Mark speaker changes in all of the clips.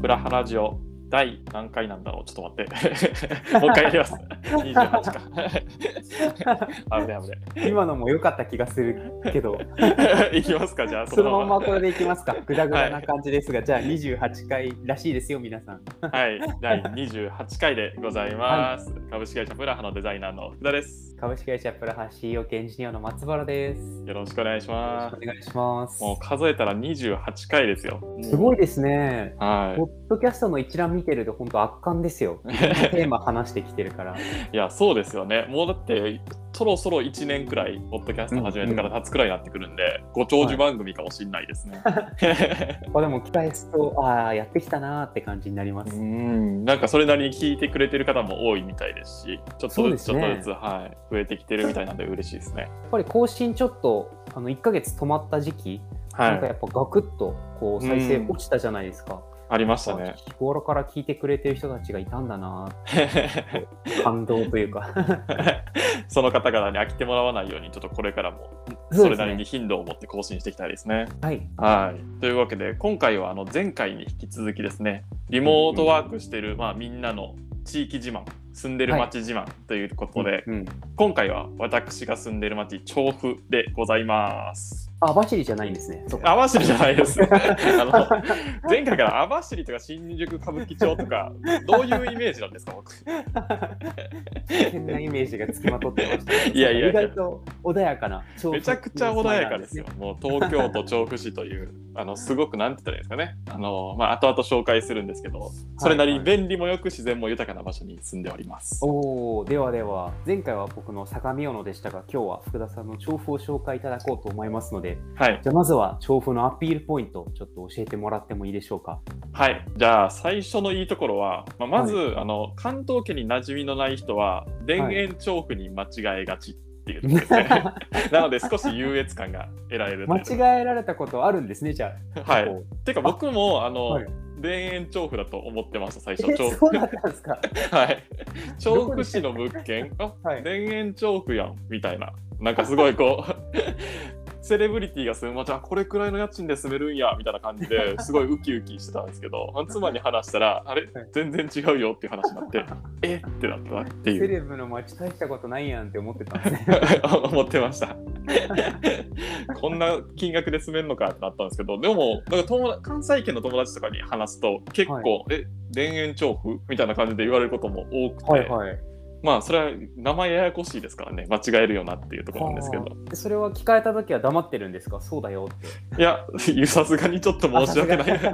Speaker 1: プラハラジオ第何回なんだろうちょっと待って。 もう一回や ります。28か。 危ね
Speaker 2: 今のも良かった気がする けど、
Speaker 1: 危ね。いきますか、じゃあ、
Speaker 2: そのままこれでい きますか。グダグダな感じですが、じゃあ28回らしいですよ、皆さん。
Speaker 1: はい、第28回でございます。株式会社プラハのデザイナーの福田です。
Speaker 2: 株式会社プラハ CEO 兼エンジニアの松原です。よ
Speaker 1: よろしくお願いし
Speaker 2: ろ
Speaker 1: ま
Speaker 2: し
Speaker 1: す
Speaker 2: くお。願いします。
Speaker 1: もう数えたら28回ですよ。
Speaker 2: すごいですね。
Speaker 1: はい
Speaker 2: ポ。ッドキャストの一覧見てると本当圧巻です よ。テーマ話してきてるから。
Speaker 1: いや、そうですよね。もうだって、そろそろ1年くらい、ポッドキャスト始めてから経つくらいになってくるんで、ご長寿番組かもしんないですね。
Speaker 2: あでも期待すると、ああ、やってきたなーって感じになりま
Speaker 1: う
Speaker 2: す。
Speaker 1: ん、なんかそれなりに聞いてくれてる方も多いみたいですし、ちょっ
Speaker 2: そう
Speaker 1: と
Speaker 2: で
Speaker 1: ずつ、ち
Speaker 2: す
Speaker 1: ょっ
Speaker 2: ね
Speaker 1: とずつ、はい、増えてきてるみたいなんで嬉しいですね。
Speaker 2: やっぱり更新ちょっと、あの1ヶ月止まった時期、
Speaker 1: は
Speaker 2: なんか
Speaker 1: い、
Speaker 2: やっぱガクッとこう再生
Speaker 1: うん
Speaker 2: 落ちたじゃないですか。
Speaker 1: ありましたね。
Speaker 2: 日頃から聞いてくれてる人たちがいたんだなー感動というか
Speaker 1: その方々に飽きてもらわないように、ちょっとこれからも、
Speaker 2: そ
Speaker 1: そう
Speaker 2: で
Speaker 1: れ
Speaker 2: す
Speaker 1: なり
Speaker 2: ね
Speaker 1: に頻度を持って更新していきたいですね。
Speaker 2: はい
Speaker 1: はい、というわけで今回はあの前回に引き続きですねリモートワークしてる、まあ、みんなの地域自慢住んでる町自慢ということで、
Speaker 2: うん、
Speaker 1: 今回は私が住んでる町調布でございます。
Speaker 2: あバシリじゃないんですね そうか
Speaker 1: 網走じゃない です。あの 前回から網走とか新宿歌舞伎町とかどういうイメージなんですか僕。
Speaker 2: 変なイメージがつきまとってました
Speaker 1: いやいや
Speaker 2: 意外と穏やかな
Speaker 1: めちゃくちゃ穏やかですよ。もう東京都調布市という、あのすごくなんて言ったらいいですかね。あのまあ後々紹介するんですけど、それなりに便利もよく自然も豊かな場所に住んでおります。
Speaker 2: おおではでは前回は僕の相模大野でしたが今日は福田さんの調布を紹介いただこうと思いますので
Speaker 1: はい、
Speaker 2: じゃあまずは調布のアピールポイントちょっと教えてもらってもいいでしょ うか
Speaker 1: はい、じゃあ最初のいいところは、まあ、まず、
Speaker 2: は
Speaker 1: あの関東圏に馴染みのない人は田園調布に間違えがちっていうところですね。
Speaker 2: 間
Speaker 1: なので少し優越感が得られるというところ。
Speaker 2: 違えられたことあるんですねじゃあ
Speaker 1: はい
Speaker 2: こう
Speaker 1: てか僕もあの、
Speaker 2: はい
Speaker 1: 田園調布だと思ってました最初
Speaker 2: え
Speaker 1: 調
Speaker 2: そ
Speaker 1: 布
Speaker 2: うだったんですか
Speaker 1: はい、調布市の物件、あ、
Speaker 2: はい
Speaker 1: 田園調布やんみたいな、なんかすごいこう。 セレブリティが住む街、あこれくらいの家賃で住めるんやみたいな感じ ですごいウキウキしてたんですけど、妻に話したら、あれ
Speaker 2: はい、
Speaker 1: 全然違うよっていう話になって、えってなったって
Speaker 2: セ
Speaker 1: いう、
Speaker 2: レブの街大したことないやんって思ってたんで すね
Speaker 1: 思ってました。 こんな金額で住めるのかってなったんですけど、でも、なんか友達関西圏の友達とかに話すと、結構、
Speaker 2: は
Speaker 1: え田園調布みたいな感じで言われることも多くて、
Speaker 2: はい
Speaker 1: まあそれは名前ややこしいですからね間違えるよなっていうところなんですけど
Speaker 2: でそれは聞かれた時は黙ってるんですかそうだよ って
Speaker 1: いやさすがにちょっと申し訳ない
Speaker 2: あさす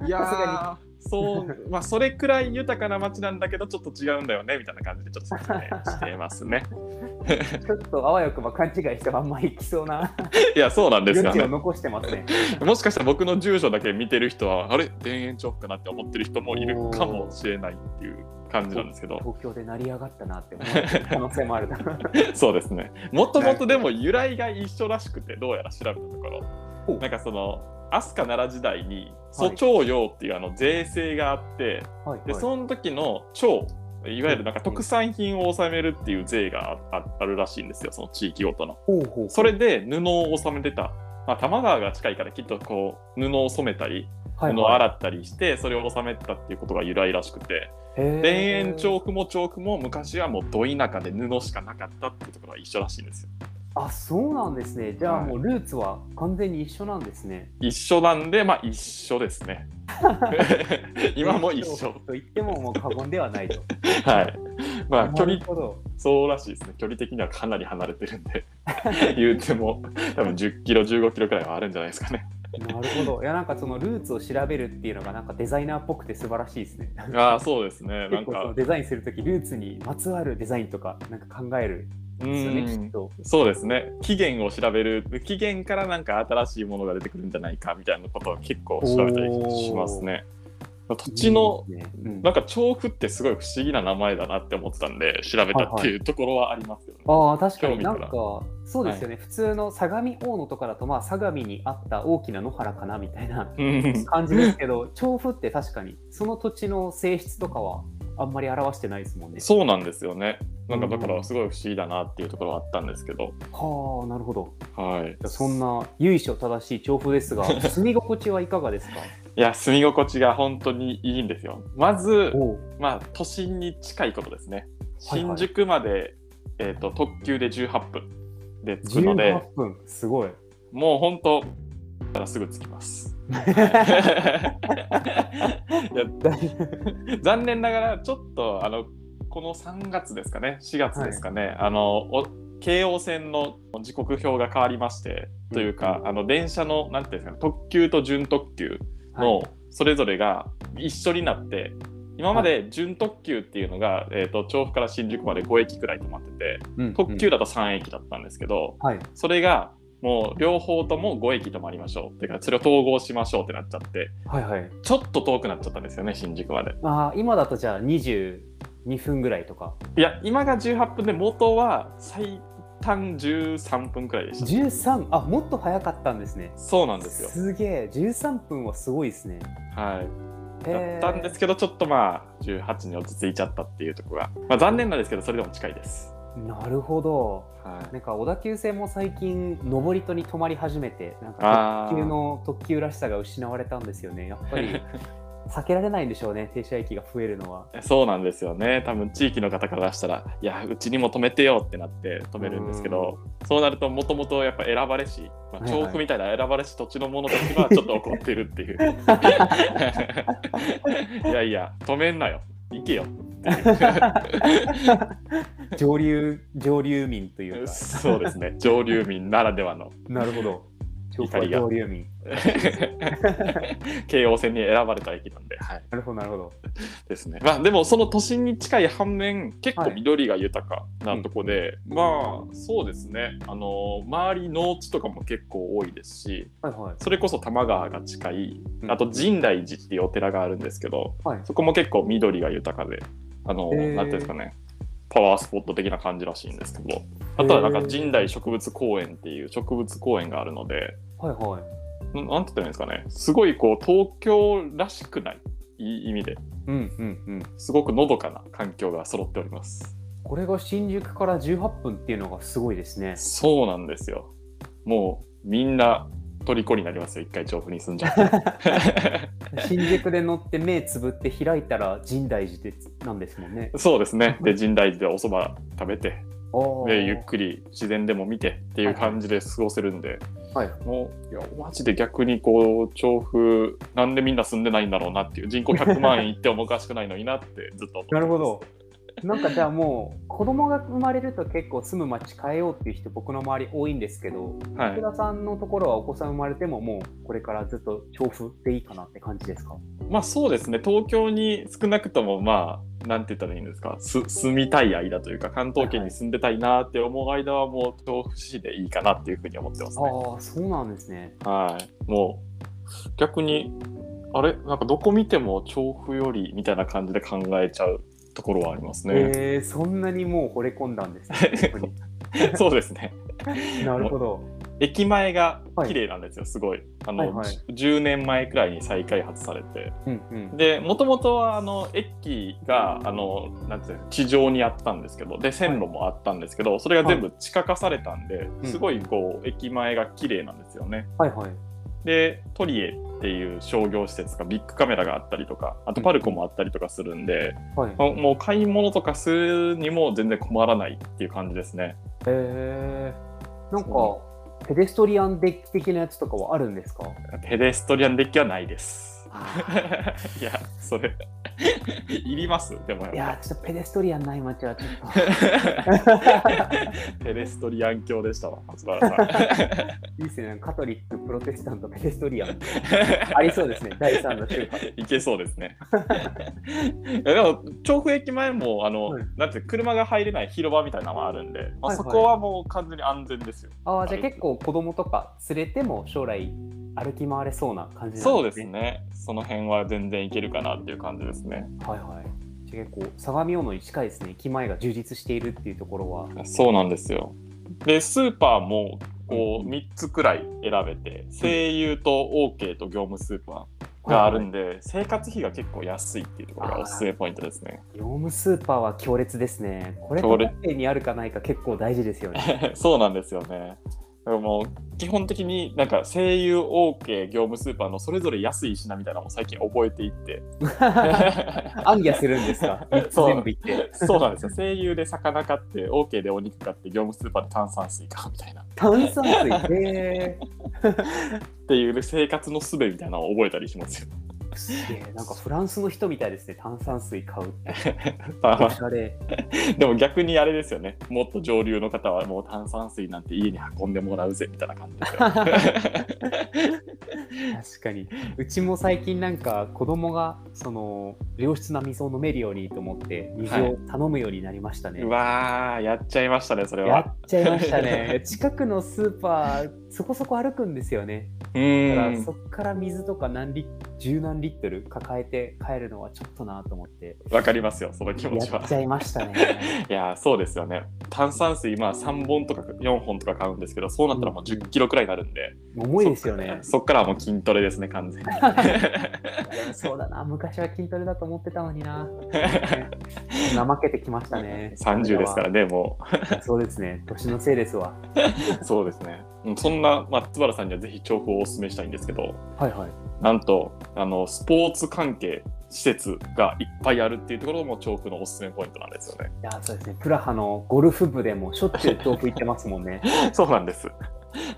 Speaker 2: が
Speaker 1: いやーそうまあそれくらい豊かな街なんだけどちょっと違うんだよねみたいな感じでちょっと説明してますね
Speaker 2: ちょっとあわよくば勘違いしてあんまり行きそうない
Speaker 1: やそうなんです
Speaker 2: 余
Speaker 1: よ
Speaker 2: 地を
Speaker 1: ね
Speaker 2: 残してますね。
Speaker 1: もしかしたら僕の住所だけ見てる人はあれ田園調布かなって思ってる人もいるかもしれないっていう感じなんですけど
Speaker 2: 東京で成り上がったなって思う可能性もあ るな。
Speaker 1: そうですね。もともとでも由来が一緒らしくて、どうやら調べたとこ
Speaker 2: ほ
Speaker 1: ろ、
Speaker 2: う
Speaker 1: なんかその、飛鳥奈良時代に、
Speaker 2: は
Speaker 1: 蘇
Speaker 2: い
Speaker 1: 長陽っていうあの税制があって、
Speaker 2: はい
Speaker 1: で、
Speaker 2: の
Speaker 1: その時の長、いわゆるなんか特産品を納めるっていう税があああるらしいんですよ、その地域ごとの。
Speaker 2: ほうほう
Speaker 1: それで布を納めてた。まあ、多摩川が近いからきっとこう布を染めたり
Speaker 2: は
Speaker 1: 布を洗ったりしてそれを納めてたっていうことが由来らしくて田園調布も調布も昔はもうど田舎で布しかなかったっていうところが一緒らしいんですよ。
Speaker 2: あそうなんですね。じゃあ
Speaker 1: はい
Speaker 2: もうルーツは完全に一緒なんですね。
Speaker 1: 一緒なんで、まあ一緒です ね。今も一緒。
Speaker 2: と言ってももう過言ではないと。
Speaker 1: はい。まあ距
Speaker 2: な
Speaker 1: 離
Speaker 2: る、ほど
Speaker 1: そうらしいですね。距離的にはかなり離れてるんで、 言うても、多分10キロ、15キロくらいはあるんじゃないですかね。
Speaker 2: なるほど。いやなんかそのルーツを調べるっていうのがなんかデザイナーっぽくて素晴らしいです ね。
Speaker 1: ああ、そうですね。な
Speaker 2: 結
Speaker 1: ん
Speaker 2: 構その
Speaker 1: か、
Speaker 2: デザインするときルーツにまつわるデザインとかなんか考える
Speaker 1: うん
Speaker 2: ですよねき
Speaker 1: ん
Speaker 2: っ。と。
Speaker 1: そうですね。起源を調べる、起源からなんか新しいものが出てくるんじゃないかみたいなことを結構調べたりしますね。土地の、
Speaker 2: いいですねうん
Speaker 1: なんか調布ってすごい不思議な名前だなって思ってたんで、調べたっていうところはありますよね。
Speaker 2: ああ確か
Speaker 1: 興
Speaker 2: に
Speaker 1: 味
Speaker 2: な
Speaker 1: か
Speaker 2: ん
Speaker 1: ら
Speaker 2: かそうですよね、普通の相模大野とかだとまあ相模にあった大きな野原かなみたいな
Speaker 1: うん
Speaker 2: 感じですけど 調布って確かにその土地の性質とかはあんまり表してないですもんね。
Speaker 1: そうなんですよね。なんかだか
Speaker 2: う
Speaker 1: ら
Speaker 2: ん
Speaker 1: すごい不思議だなっていうところはあったんですけど、
Speaker 2: はあなるほど
Speaker 1: はい。
Speaker 2: そんな由緒正しい調布ですが住み心地はいかがですか
Speaker 1: いや住み心地が本当にいいんですよまず、
Speaker 2: おう
Speaker 1: まあ、都心に近いことですね
Speaker 2: はいは
Speaker 1: 新
Speaker 2: い
Speaker 1: 宿まで、えー、と特急で18分で着くので
Speaker 2: 18分すごい
Speaker 1: もう本当からすぐ着きます。はいいや
Speaker 2: だ
Speaker 1: 残念ながらちょっとあのこの3月ですかね4月ですかね、あのお京王線の時刻表が変わりましてというか、あの電車のなんていうんですか特急と準特急
Speaker 2: はい
Speaker 1: のそれぞれが一緒になって今まで準特急っていうのが、えー、と調布から新宿まで5駅くらい止まってて
Speaker 2: うんうん
Speaker 1: 特急だと3駅だったんですけど、
Speaker 2: はい
Speaker 1: それがもう両方とも5駅止まりましょうっていうかそれを統合しましょうってなっちゃって
Speaker 2: はいはい
Speaker 1: ちょっと遠くなっちゃったんですよね新宿まで
Speaker 2: あー今だとじゃあ22分ぐらいとか
Speaker 1: いや今が18分で元は最短13分くらいでした
Speaker 2: 13あもっと早かったんですね
Speaker 1: そうなんですよ
Speaker 2: すげえ13分はすごいですね
Speaker 1: はいだ
Speaker 2: へー
Speaker 1: ったんですけどちょっとまあ18に落ち着いちゃったっていうところが、まあ、残念なんですけどそれでも近いです
Speaker 2: なるほど
Speaker 1: はい
Speaker 2: なんか小田急線も最近上り戸に止まり始めてなん
Speaker 1: あ
Speaker 2: か
Speaker 1: ー
Speaker 2: 特急の特急らしさが失われたんですよねやっ ぱり避けられないんでしょうね停車駅が増えるのは
Speaker 1: そうなんですよね多分地域の方からしたらいやうちにも止めてよってなって止めるんですけどそうなるともともとやっぱ選ばれし、まあ、
Speaker 2: はいはい
Speaker 1: 調布みたいな選ばれし土地の者たち がちょっと怒ってるっていう いやいや止めんなよ行けよって
Speaker 2: 上流上流民とい
Speaker 1: いうう
Speaker 2: か
Speaker 1: そうですね上流民ならではの
Speaker 2: なるほど超
Speaker 1: 怒りが
Speaker 2: 上流民
Speaker 1: 京王線に選ばれた駅なんで、はい、
Speaker 2: なるほどなるほど
Speaker 1: ですねまあでもその都心に近い反面結構
Speaker 2: はい
Speaker 1: 緑が豊かなとこで、まあそうですねあの周り農地とかも結構多いですし
Speaker 2: はいはい
Speaker 1: それこそ多摩川が近い
Speaker 2: うん
Speaker 1: あと深大寺っていうお寺があるんですけど
Speaker 2: はい
Speaker 1: そこも結構緑が豊かであの
Speaker 2: へー
Speaker 1: なんていうんですかねパワースポット的な感じらしいんですけどあとはなん
Speaker 2: へ
Speaker 1: か
Speaker 2: ー
Speaker 1: 神代植物公園っていう植物公園があるので
Speaker 2: はいはい
Speaker 1: ななんて言ったらいいんですかねすごいこう東京らしくないいい意味で
Speaker 2: うんうんうん
Speaker 1: すごくのどかな環境が揃っております。
Speaker 2: これが新宿から18分っていうのがすごいですね
Speaker 1: そうなんですよ。もうみんな虜になりますよ。一回調布に住んじゃ って。
Speaker 2: 新宿で乗って目つぶって開いたら深大寺でなんですもんね
Speaker 1: そうですね。で、深大寺でお蕎麦食べて、
Speaker 2: お
Speaker 1: で、ゆっくり自然でも見てっていう感じで過ごせるんで、
Speaker 2: はい
Speaker 1: もう、いや、マジで逆にこう、調布、なんでみんな住んでないんだろうなっていう、人口100万円いってもおかしくないのになってずっと思ってます
Speaker 2: なるほど。なんかじゃあもう子供が生まれると結構住む町変えようっていう人僕の周り多いんですけど
Speaker 1: はい
Speaker 2: 福。田さんのところはお子さん生まれてももうこれからずっと調布でいいかなって感じですか
Speaker 1: まあそうですね、東京に少なくとも、まあ、なんて言ったらいいんですか、す住みたい間というか、関東圏に住んでたいなって思う間は、もう調布市でいいかなっていうふうに思ってますね。
Speaker 2: ああそうなんですね
Speaker 1: はい、もう逆に、あれ、なんかどこ見ても調布よりみたいな感じで考えちゃうところはありますね。
Speaker 2: えー、そんなにもう惚れ込んだんですね 調布
Speaker 1: そうですね、
Speaker 2: になるほど
Speaker 1: 駅前が綺麗なんですよ、すごい。あの、
Speaker 2: はいはい
Speaker 1: じゅ10年前くらいに再開発されて。
Speaker 2: うんうん
Speaker 1: でもともとはあの駅があのなんていうの地上にあったんですけどで線路もあったんですけど、それが全部地下化されたんで、
Speaker 2: い
Speaker 1: すごいこう駅前が綺麗なんですよね。
Speaker 2: はいはい
Speaker 1: でトリエっていう商業施設がビッグカメラがあったりとかあとパルコもあったりとかするんで、
Speaker 2: はい
Speaker 1: もうもう買い物とかするにも全然困らないっていう感じですね。
Speaker 2: えー、なんかペデストリアンデッキ的なやつとかはあるんですか
Speaker 1: ペデストリアンデッキはないです。
Speaker 2: あ
Speaker 1: いやそれいりますでもやっぱ
Speaker 2: ーいやーちょっとペデストリアンない街はちょっと
Speaker 1: ペレストリアン教でしたわ、松原さん。
Speaker 2: いいですね、カトリック、プロテスタント、ペデストリアン。 ありそうですね、第3の宗派。
Speaker 1: いけそうですね。いやでも、調布駅前も、あの、
Speaker 2: はい
Speaker 1: なんていう車が入れない広場みたいなのもあるんで、まあ
Speaker 2: はいはい
Speaker 1: そこはもう完全に安全ですよ。
Speaker 2: ああ、じゃあ結構子供とか連れても将来歩き回れそうな感じなんですね。
Speaker 1: そうです。ね。その辺は全然いけるかなっていう感じですね。
Speaker 2: はいはい。じゃあ結構、相模大野に近いですね、駅前が充実しているっていうところは。
Speaker 1: そうなんですよ。で、スーパーも、こう、3つくらい選べて、声優と OK と業務スーパーがあるんで、生活費が結構安いっていうところがおすすめポイントですね。
Speaker 2: 業務スーパーは強烈ですね。これ
Speaker 1: 強
Speaker 2: と
Speaker 1: 烈
Speaker 2: 家庭にあるかないか結構大事ですよね。
Speaker 1: そうなんですよね。もう基本的になんか声優 OK 業務スーパーのそれぞれ安い品みたいなのも最近覚えていって
Speaker 2: 暗夜するんですか
Speaker 1: そう
Speaker 2: 全部 行って。
Speaker 1: そうなんですよ声優で魚買って OK でお肉買って業務スーパーで炭酸水買うみたいなっ
Speaker 2: 炭酸水。へ
Speaker 1: ていう生活の術みたいなのを覚えたりしますよ。
Speaker 2: ーすげえ。なんかフランスの人みたいですね。炭酸水買うって。
Speaker 1: まあま
Speaker 2: おしゃれ。
Speaker 1: あでも逆にあれですよねもっと上流の方はもう炭酸水なんて家に運んでもらうぜみたいな感 じですよ。
Speaker 2: 確かにうちも最近なんか子供がその良質な水を飲めるようにと思って水
Speaker 1: は
Speaker 2: を頼むようになりましたね、
Speaker 1: うわーやっちゃいましたねそれ
Speaker 2: や
Speaker 1: は。
Speaker 2: っちゃいまし たね近くのスーパーそこそこ歩くんですよね
Speaker 1: う
Speaker 2: だか
Speaker 1: ー
Speaker 2: ら
Speaker 1: ん
Speaker 2: そっから水とか何リッ十何リットル抱えて帰るのはちょっとなと思って
Speaker 1: わかりますよその気持ち
Speaker 2: や
Speaker 1: は
Speaker 2: っ。ちゃいまし たね
Speaker 1: いやーそうですよね炭酸水まあ3本とか4本とか買うんですけどそうなったらもう1 0キロくらいになるんで、
Speaker 2: 重いですよね
Speaker 1: そっからはもう筋トレですね完 全に
Speaker 2: いやそうだ な昔は筋トレだと思ってたのに な、ね、怠けてきましたね
Speaker 1: 30ですからねも
Speaker 2: そうですね年のせいですわ
Speaker 1: うそうですねうんそんな松原さんにはぜひ重宝をお勧めしたいんですけど
Speaker 2: はいはい
Speaker 1: なんとあのスポーツ関係施設がいっぱいあるっていうところも調布のおすすめポイントなんですよね。
Speaker 2: いやそうですね、プラハのゴルフ部でもしょっちゅう豆腐行ってますもん ね。
Speaker 1: そうなんです。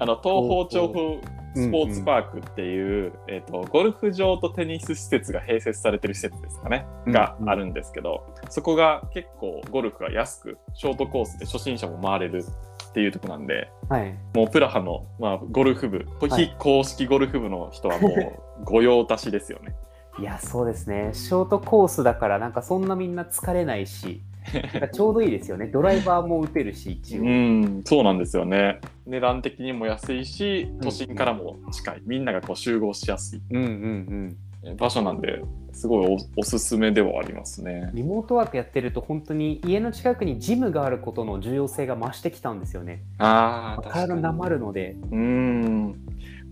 Speaker 1: あの東方調布スポーツパークっていう、えっとゴルフ場とテニス施設が併設されてる施設ですかね、があるんですけどそこが結構ゴルフが安くショートコースで初心者も回れるっていうとこなんで
Speaker 2: はい。
Speaker 1: もうプラハの、まあ、ゴルフ部
Speaker 2: はい
Speaker 1: 非公式ゴルフ部の人はもう御用達ですよね。
Speaker 2: いや、そうですね、ショートコースだから、なんかそんなみんな疲れないし、なんかちょうどいいですよ ね、ドライバーも打てるし、一応。
Speaker 1: うんそうなんですよね値段的にも安いし都心からも近いみんながこう集合しやすい
Speaker 2: うんうんうん。
Speaker 1: 場所なんですごいおおすすめではありますね。
Speaker 2: リモートワークやってると、本当に家の近くにジムがあることの重要性が増してきたんですよね。
Speaker 1: ああ
Speaker 2: 体なまるので、
Speaker 1: うーん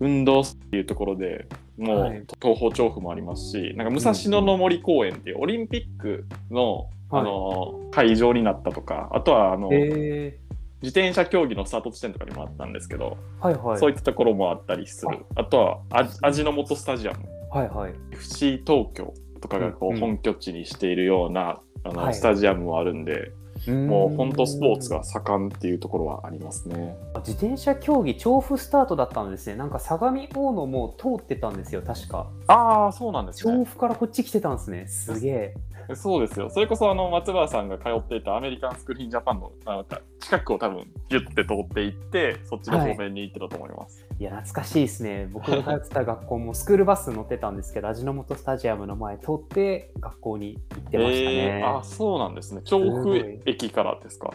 Speaker 1: 運動っていうところでもう、
Speaker 2: はい
Speaker 1: 東方調布もありますしなんか武蔵野の森公園っていうオリンピックの,、
Speaker 2: は
Speaker 1: あ
Speaker 2: い
Speaker 1: の会場になったとかあとはあの、
Speaker 2: え
Speaker 1: 自転車競技のスタート地点とかにもあったんですけど、
Speaker 2: ー、はいはい。
Speaker 1: そういったところもあったりするあとはあ味の素スタジアム
Speaker 2: はいはい。
Speaker 1: FC 東京とかがこ
Speaker 2: うん
Speaker 1: う
Speaker 2: うん
Speaker 1: 本拠地にしているような、あの
Speaker 2: はい
Speaker 1: スタジアムもあるんで、もう本当スポーツ
Speaker 2: が
Speaker 1: が盛んっていうところはありますね。
Speaker 2: 自転車競技調布スタートだったんですねなんか相模大野も通ってたんですよ確か
Speaker 1: ああそうなんですね
Speaker 2: 調。布からこっち来てたんですねすげえ
Speaker 1: そうですよ。それこそあの松原さんが通っていたアメリカンスクリーンジャパンのあの近くを多分ギュッて通っていってそっちの方面に行ってたと思います。
Speaker 2: いや懐かしいですね僕が通ってた学校もスクールバス乗ってたんですけど味の素スタジアムの前通って学校に行ってましたね、
Speaker 1: えーあそうなんですね。調布駅からですか。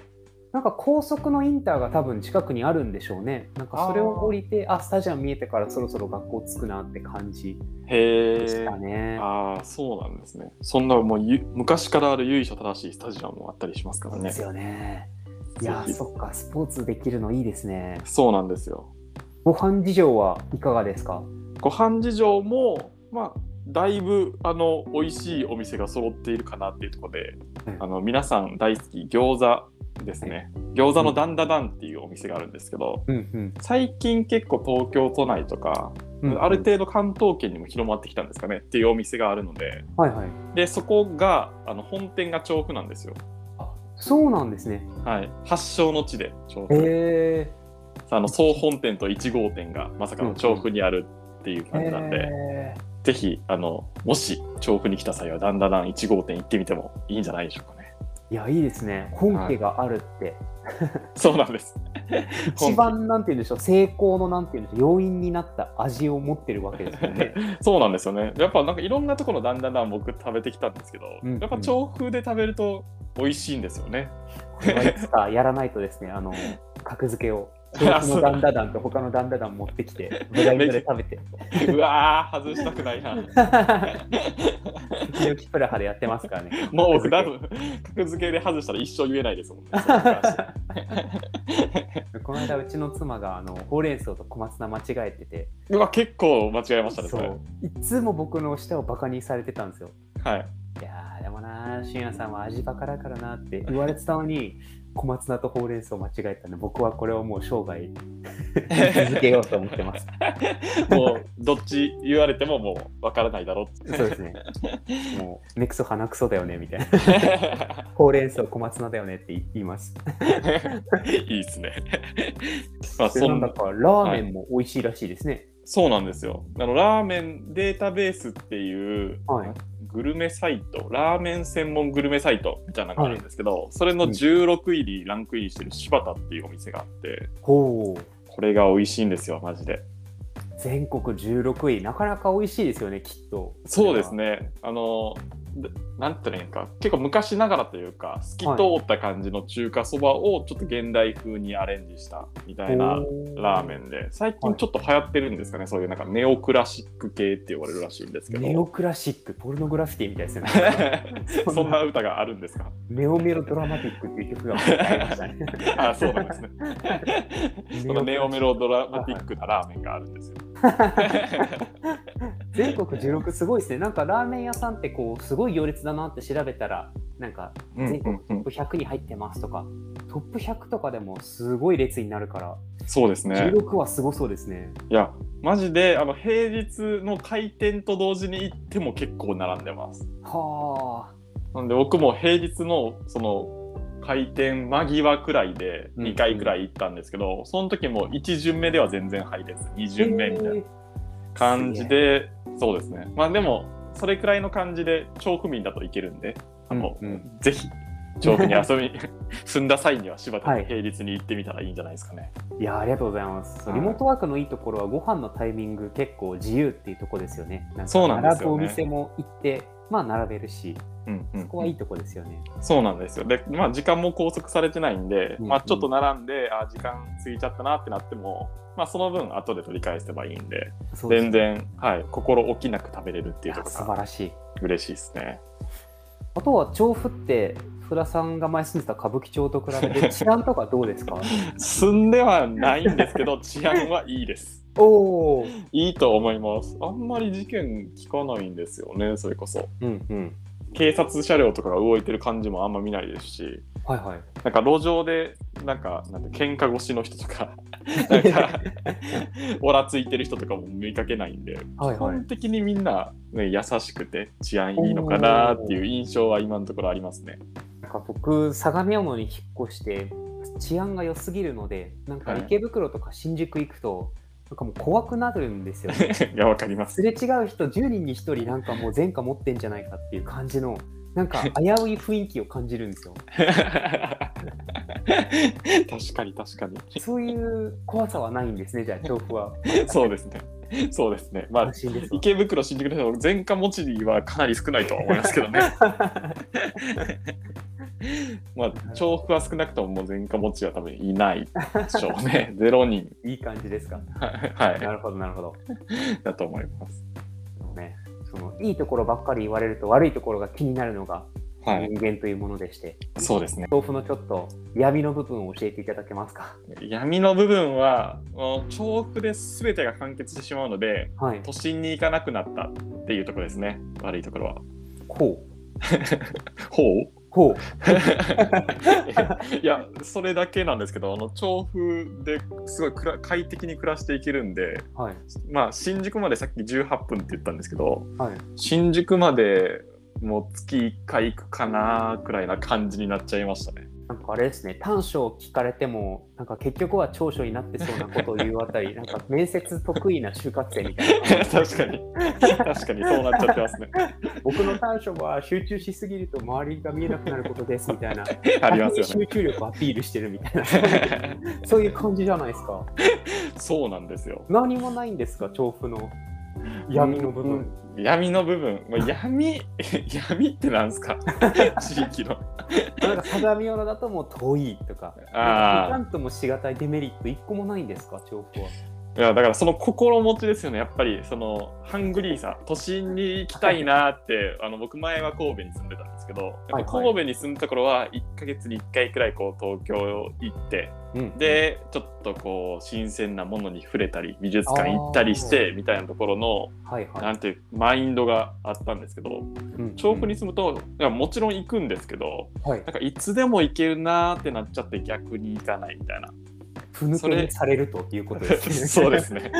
Speaker 2: なんか高速のインターが多分近くにあるんでしょうねなんかそれを降りてあスタジアム見えてからそろそろ学校着くなって感じ
Speaker 1: へ
Speaker 2: でし
Speaker 1: え
Speaker 2: た。ね、
Speaker 1: ああそうなんですね。そんなもうゆ昔からある由緒正しいスタジアムもあったりしますから
Speaker 2: で
Speaker 1: ね
Speaker 2: す。よねいや
Speaker 1: ぜひ
Speaker 2: そっかスポーツできるのいいですね
Speaker 1: そうなんですよ。
Speaker 2: ご飯事情はいかがですか
Speaker 1: ご飯事情もまあだいぶあの美味しいお店が揃っているかなっていうところで、
Speaker 2: うん
Speaker 1: あの皆さん大好き餃子ですね、餃子のダンダダンっていうお店があるんですけど、
Speaker 2: うん
Speaker 1: 最近結構東京都内とか、ある程度関東圏にも広まってきたんですかねっていうお店があるので
Speaker 2: 度はいはい
Speaker 1: でそこがあの本店が調布なんですよ、
Speaker 2: そうなんですね
Speaker 1: はい、発祥の地で調布、
Speaker 2: へ
Speaker 1: あの総本店と1号店がまさかの調布にあるっていう
Speaker 2: え
Speaker 1: 感じなんで。ぜひあのもし調布に来た際はだんだん1号店行ってみてもいいんじゃないでしょうかね。
Speaker 2: いやいいですね本家があるって、
Speaker 1: そうなんです。
Speaker 2: 一番なんて言うんでしょう成功のなんて言うんでしょう要因になった味を持ってるわけですよ ね
Speaker 1: そうなんですよね。やっぱなんかいろんなところだんだんだん僕食べてきたんですけど、
Speaker 2: うん
Speaker 1: やっぱ調布で食べると美味しいんですよね。
Speaker 2: これはいつかやらないとですねあの格付 けを
Speaker 1: いや
Speaker 2: 豆腐のダンダダンと他のダンダダン持ってきてブラインドで食 べて
Speaker 1: うわー外したく ないな。
Speaker 2: 一応キプラハでやってますからね
Speaker 1: もう僕多
Speaker 2: 格付
Speaker 1: 分格付けで外したら一生言えないですもんね。
Speaker 2: けこの間うちの妻があのほうれん草と小松菜間違えてて
Speaker 1: うわ結構間違えましたねそ
Speaker 2: そ
Speaker 1: れ。
Speaker 2: ういつも僕の舌をバカにされてたんですよ
Speaker 1: はい。
Speaker 2: いやーでもなー、深夜さんは味バカだからなって言われてたのに、小松菜とほうれん草間違えたんで僕はこれをもう生涯 続けようと思ってます
Speaker 1: もうどっち言われてももうわからないだろうって
Speaker 2: そうですねもう目くそ鼻くそだよねみたいなほうれん草小松菜だよねって言います
Speaker 1: いいですね。まあ、
Speaker 2: で
Speaker 1: そ
Speaker 2: なんんだ
Speaker 1: な
Speaker 2: かラーメンも美味しいらしいですね、
Speaker 1: そうなんですよあの。ラーメンデータベースっていう、
Speaker 2: はい
Speaker 1: グルメサイト、ラーメン専門グルメサイトみたいなのがあるんですけど、それの16位にランクインしてる柴田っていうお店があって、
Speaker 2: ほう
Speaker 1: これが美味しいんですよ、マジで。
Speaker 2: 全国16位なかなか美味しいですよねきっと
Speaker 1: そうですね。あの、でなんていうんか、結構昔ながらというか、透き通った感じの中華そばをちょっと現代風にアレンジしたみたいなラーメ
Speaker 2: ン
Speaker 1: ンで、最近ちょっと流行ってるんですかね、そういうなんかネオクラシック系って言われるらしいんですけど。
Speaker 2: ネオクラシックポルノグラフィティみたいですよ ね
Speaker 1: そんな歌があるんですか。
Speaker 2: ネオメロドラマティックっていう曲がありましたね
Speaker 1: あ、そうなんですね。 そのネオメロドラマティックなラーメンがあるんですよ。
Speaker 2: 全国16すごいですねなんかラーメン屋さんってこうすごい行列だなって調べたらなんか全国トップ100に入ってますとか、トップ100とかでもすごい列になるから、
Speaker 1: そうですね。
Speaker 2: 16はすごそうですね
Speaker 1: いや、マジで、あの平日の開店と同時に行っても結構並んでます。
Speaker 2: は
Speaker 1: なんで、僕も平日のその。開店間際くらいで
Speaker 2: うん
Speaker 1: 2回くらい行ったんですけど、その時も1巡目では全然入れず2
Speaker 2: あ
Speaker 1: 巡目みたいな感じで、そうですね。まあでも、それくらいの感じで、調布民だといけるんで、あの、
Speaker 2: うんう
Speaker 1: ぜひ、調布に遊びに 住んだ際には柴田
Speaker 2: は
Speaker 1: に
Speaker 2: い
Speaker 1: 平日に行ってみたらいいんじゃないですかね。
Speaker 2: いやありがとうございます、
Speaker 1: はい
Speaker 2: リモートワークのいいところはご飯のタイミング結構自由っていうところですよねなんか
Speaker 1: そうなんですよね
Speaker 2: 並ぶお店も行ってまあ並べるし
Speaker 1: うんうん
Speaker 2: そこはいいところですよね、
Speaker 1: そうなんですよ。で、まあ時間も拘束されてないんで、
Speaker 2: うん
Speaker 1: まあちょっと並んで、あー時間過ぎちゃったなってなっても、まあその分後で取り返せばいいんで、
Speaker 2: そうです
Speaker 1: 全然、はい、心置きなく食べれるって
Speaker 2: い
Speaker 1: いう
Speaker 2: や
Speaker 1: とこ
Speaker 2: 素
Speaker 1: ろ
Speaker 2: 晴
Speaker 1: が
Speaker 2: らしい
Speaker 1: 嬉しいですね。
Speaker 2: あとは調布って福田さんが前住んでた歌舞伎町と比べ て治安とかどうですか
Speaker 1: 住んではないんですけど、治安はいいです。
Speaker 2: おお
Speaker 1: いいと思います。あんまり事件聞かないんですよね、それこそ。
Speaker 2: うんうん
Speaker 1: 警察車両とかが動いてる感じもあんま見ないですし、
Speaker 2: はいはい
Speaker 1: なんか路上で、なんか、なんて喧嘩越しの人と か、なんか、おらついてる人とかも見かけないんで、
Speaker 2: はい
Speaker 1: 基
Speaker 2: はい
Speaker 1: 本的にみんな、ね、優しくて治安いいのかなっていう印象は今のところありますね。
Speaker 2: なんか僕相模山に引っ越して治安が良すぎるのでなんか
Speaker 1: はい
Speaker 2: 池袋とか新宿行くと、なんかもう怖くなるんですよね
Speaker 1: いや、わかり ます。
Speaker 2: すれ違う人10人に1人なんかもう前科持ってんじゃないかっていう感じのなんか危うい雰囲気を感じるんですよ
Speaker 1: 確かに確かに。
Speaker 2: そういう怖さはないんですねじゃあ調布は
Speaker 1: そうですね。そうですね。まあ
Speaker 2: 安、心です わ
Speaker 1: 池袋新宿の人の前科持ちはかなり少ないとは思いますけど ねまあ重複は少なくとももう前科持ちは多分いないでしょう ねゼロ人
Speaker 2: いい感じですか
Speaker 1: は
Speaker 2: なるほどなるほど
Speaker 1: いだと思います
Speaker 2: ね、そのいいところばっかり言われると悪いところが気になるのが
Speaker 1: はい
Speaker 2: 人間というものでして、
Speaker 1: そうですね
Speaker 2: 豆腐のちょっと闇の部分を教えていただけますか
Speaker 1: 闇の部分はもう重複で全てが完結してしまうので
Speaker 2: はい
Speaker 1: 都心に行かなくなったっていうところですね悪いところは
Speaker 2: こう
Speaker 1: ほう
Speaker 2: こ
Speaker 1: いやそれだけなんですけどあの調布ですごいくら快適に暮らしていけるんで
Speaker 2: うはい
Speaker 1: まあ、新宿までさっき18分って言ったんですけど
Speaker 2: はい
Speaker 1: 新宿までもう月1回行くかなくらいな感じになっちゃいましたね。
Speaker 2: なんかあれですね短所を聞かれてもなんか結局は長所になってそうなことを言うあ たりなんか面接得意な就活生みたいな
Speaker 1: 確かに 確かにそうなっちゃってますね。
Speaker 2: 僕の短所は集中しすぎると周りが見えなくなることですみた いな
Speaker 1: ありますよね。
Speaker 2: 逆に集中力をアピールしてるみた いなそういう感じじゃないですか
Speaker 1: そうなんですよ。
Speaker 2: 何もないんですか調布の闇の部分、
Speaker 1: うん。闇の部分、まあ、闇 闇ってなんですか 地域の。
Speaker 2: なんか相模原だともう遠いとか、
Speaker 1: あー
Speaker 2: なんかなんともしがたいデメリット一個もないんですか、調布は。
Speaker 1: いやだからその心持ちですよねやっぱりそのハングリーさ都心に行きたいなって、あの僕前は神戸に住んでたんですけどやっぱ
Speaker 2: はいはい
Speaker 1: 神戸に住んだ頃は1ヶ月に1回くらいこう東京行って
Speaker 2: うん、
Speaker 1: でちょっとこう新鮮なものに触れたり美術館行ったりしてみたいなところの
Speaker 2: はいは。
Speaker 1: ないんていうマインドがあったんですけど調布に住むといやもちろん行くんですけど
Speaker 2: うん、はい
Speaker 1: な、んかいつでも行けるなーってなっちゃって逆に行かないみたいな
Speaker 2: ふぬけにされるということですね。
Speaker 1: そうですね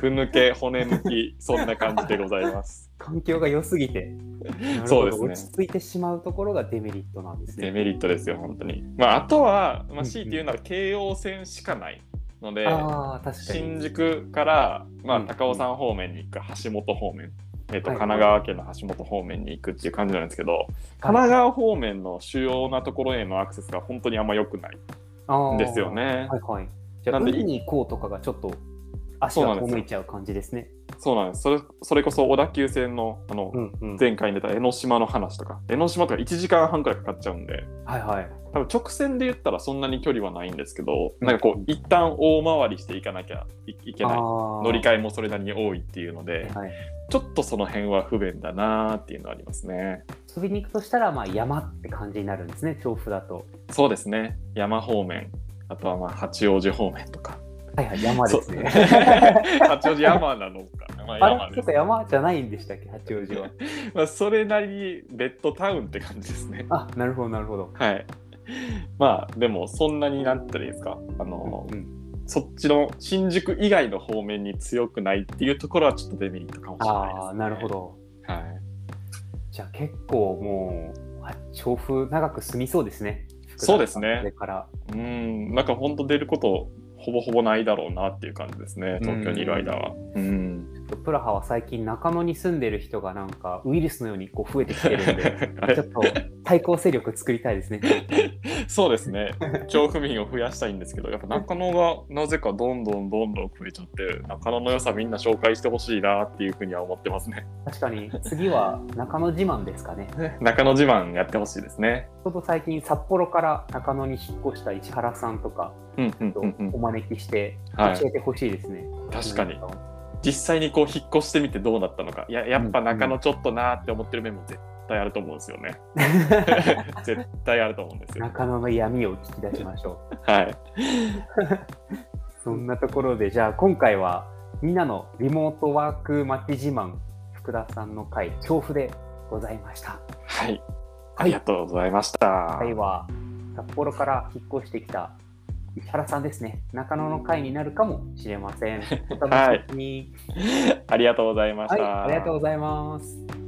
Speaker 1: ふ抜け骨抜きそんな感じでござい ます
Speaker 2: 環境が良すぎて、なるほど
Speaker 1: そうですね
Speaker 2: 落ち着いてしまうところがデメリットなんです
Speaker 1: デ
Speaker 2: ね。
Speaker 1: メリットですよ本当にまああとは、ま
Speaker 2: う
Speaker 1: あ、
Speaker 2: ん
Speaker 1: C っていうなら京王線しかないので
Speaker 2: ああ、確かに。
Speaker 1: 新宿から、まあ、
Speaker 2: うん
Speaker 1: 高尾山方面に行くか橋本方面、えっと
Speaker 2: は
Speaker 1: 神
Speaker 2: い
Speaker 1: 奈川県の橋本方面に行くっていう感じなんですけど、神奈川方面の主要なところへのアクセスが本当にあんま良くない
Speaker 2: 川
Speaker 1: んですよ。ね。
Speaker 2: はいはい。じゃ
Speaker 1: な
Speaker 2: あ、
Speaker 1: んで
Speaker 2: 海に行こうとかがちょっと足が遠のいちゃう感じですね。
Speaker 1: そうなんですそれそれこそ小田急線のあの、
Speaker 2: うんうん。
Speaker 1: 前回に出た江ノ島の話とか江ノ島とか1時間半くらいかかっちゃうんで
Speaker 2: はいはい。
Speaker 1: 多分直線で言ったらそんなに距離はないんですけど、なんかこう一旦大回りしていかなきゃいいけない乗
Speaker 2: 乗
Speaker 1: り換えもそれなりに多いっていうので、
Speaker 2: はい。
Speaker 1: ちょっとその辺は不便だなーっていうのはありますね。
Speaker 2: 遊びに行くとしたら、まあ、山って感じになるんですね、調布だと。
Speaker 1: そうですね山方面あとはまあ八王子方面とか。
Speaker 2: はいはい、山ですね。
Speaker 1: そう 八王子山なのか。まあ、
Speaker 2: あ
Speaker 1: 山
Speaker 2: れ、ち
Speaker 1: で
Speaker 2: ょっ
Speaker 1: す。
Speaker 2: と山じゃないんでしたっけ、八王子 は。
Speaker 1: まあ、それなりにベッドタウンって感じですね。
Speaker 2: あ、なるほど、なるほど。
Speaker 1: はい。まあでもそんなになったらいいですか。あの、
Speaker 2: うん
Speaker 1: そっちの新宿以外の方面に強くないっていうところはちょっとデメリットかもしれないです、ね。
Speaker 2: ああ、なるほ。ど。
Speaker 1: はい。
Speaker 2: じゃあ、結構もう、あ調布長く住みそうですね。
Speaker 1: そうですね
Speaker 2: これから。
Speaker 1: うん、なんか本当出ることほぼほぼないだろうなっていう感じですね。東京にいる間は。うん。
Speaker 2: プラハは最近中野に住んでる人がなんかウイルスのようにこう増えてきてるん で
Speaker 1: あ
Speaker 2: ちょ
Speaker 1: れ
Speaker 2: っと対抗勢力作りたいですね。
Speaker 1: そうです ね。調布民を増やしたいんですけど、やっぱ中野がなぜかどんどんどんどん増えちゃって、中野の良さみんな紹介してほしいなっていうふうには思ってます ね。
Speaker 2: 確かに次は中野自慢ですかね。
Speaker 1: 中野自慢やってほしいですね。
Speaker 2: ちょうど最近札幌から中野に引っ越した市原さんとか
Speaker 1: うんうん
Speaker 2: と
Speaker 1: うんうん
Speaker 2: お。招きして
Speaker 1: はい
Speaker 2: 教えてほしいですね。
Speaker 1: 確かに実際にこう引っ越してみてどうなったのかいややっぱ中野ちょっとなーって思ってる面も絶対あると思うんですよね 絶対あると思うんですよ
Speaker 2: 中野の闇を聞き出しましょう。
Speaker 1: はい
Speaker 2: そんなところでじゃあ今回はみんなのリモートワーク街自慢福田さんの会調布でございました。
Speaker 1: はいありがとうございました、
Speaker 2: 回は札幌から引っ越してきた石原さんですね中野の会になるかも しれませんお楽しみに、
Speaker 1: ありがとうございまし
Speaker 2: はい
Speaker 1: た、
Speaker 2: ありがとうございます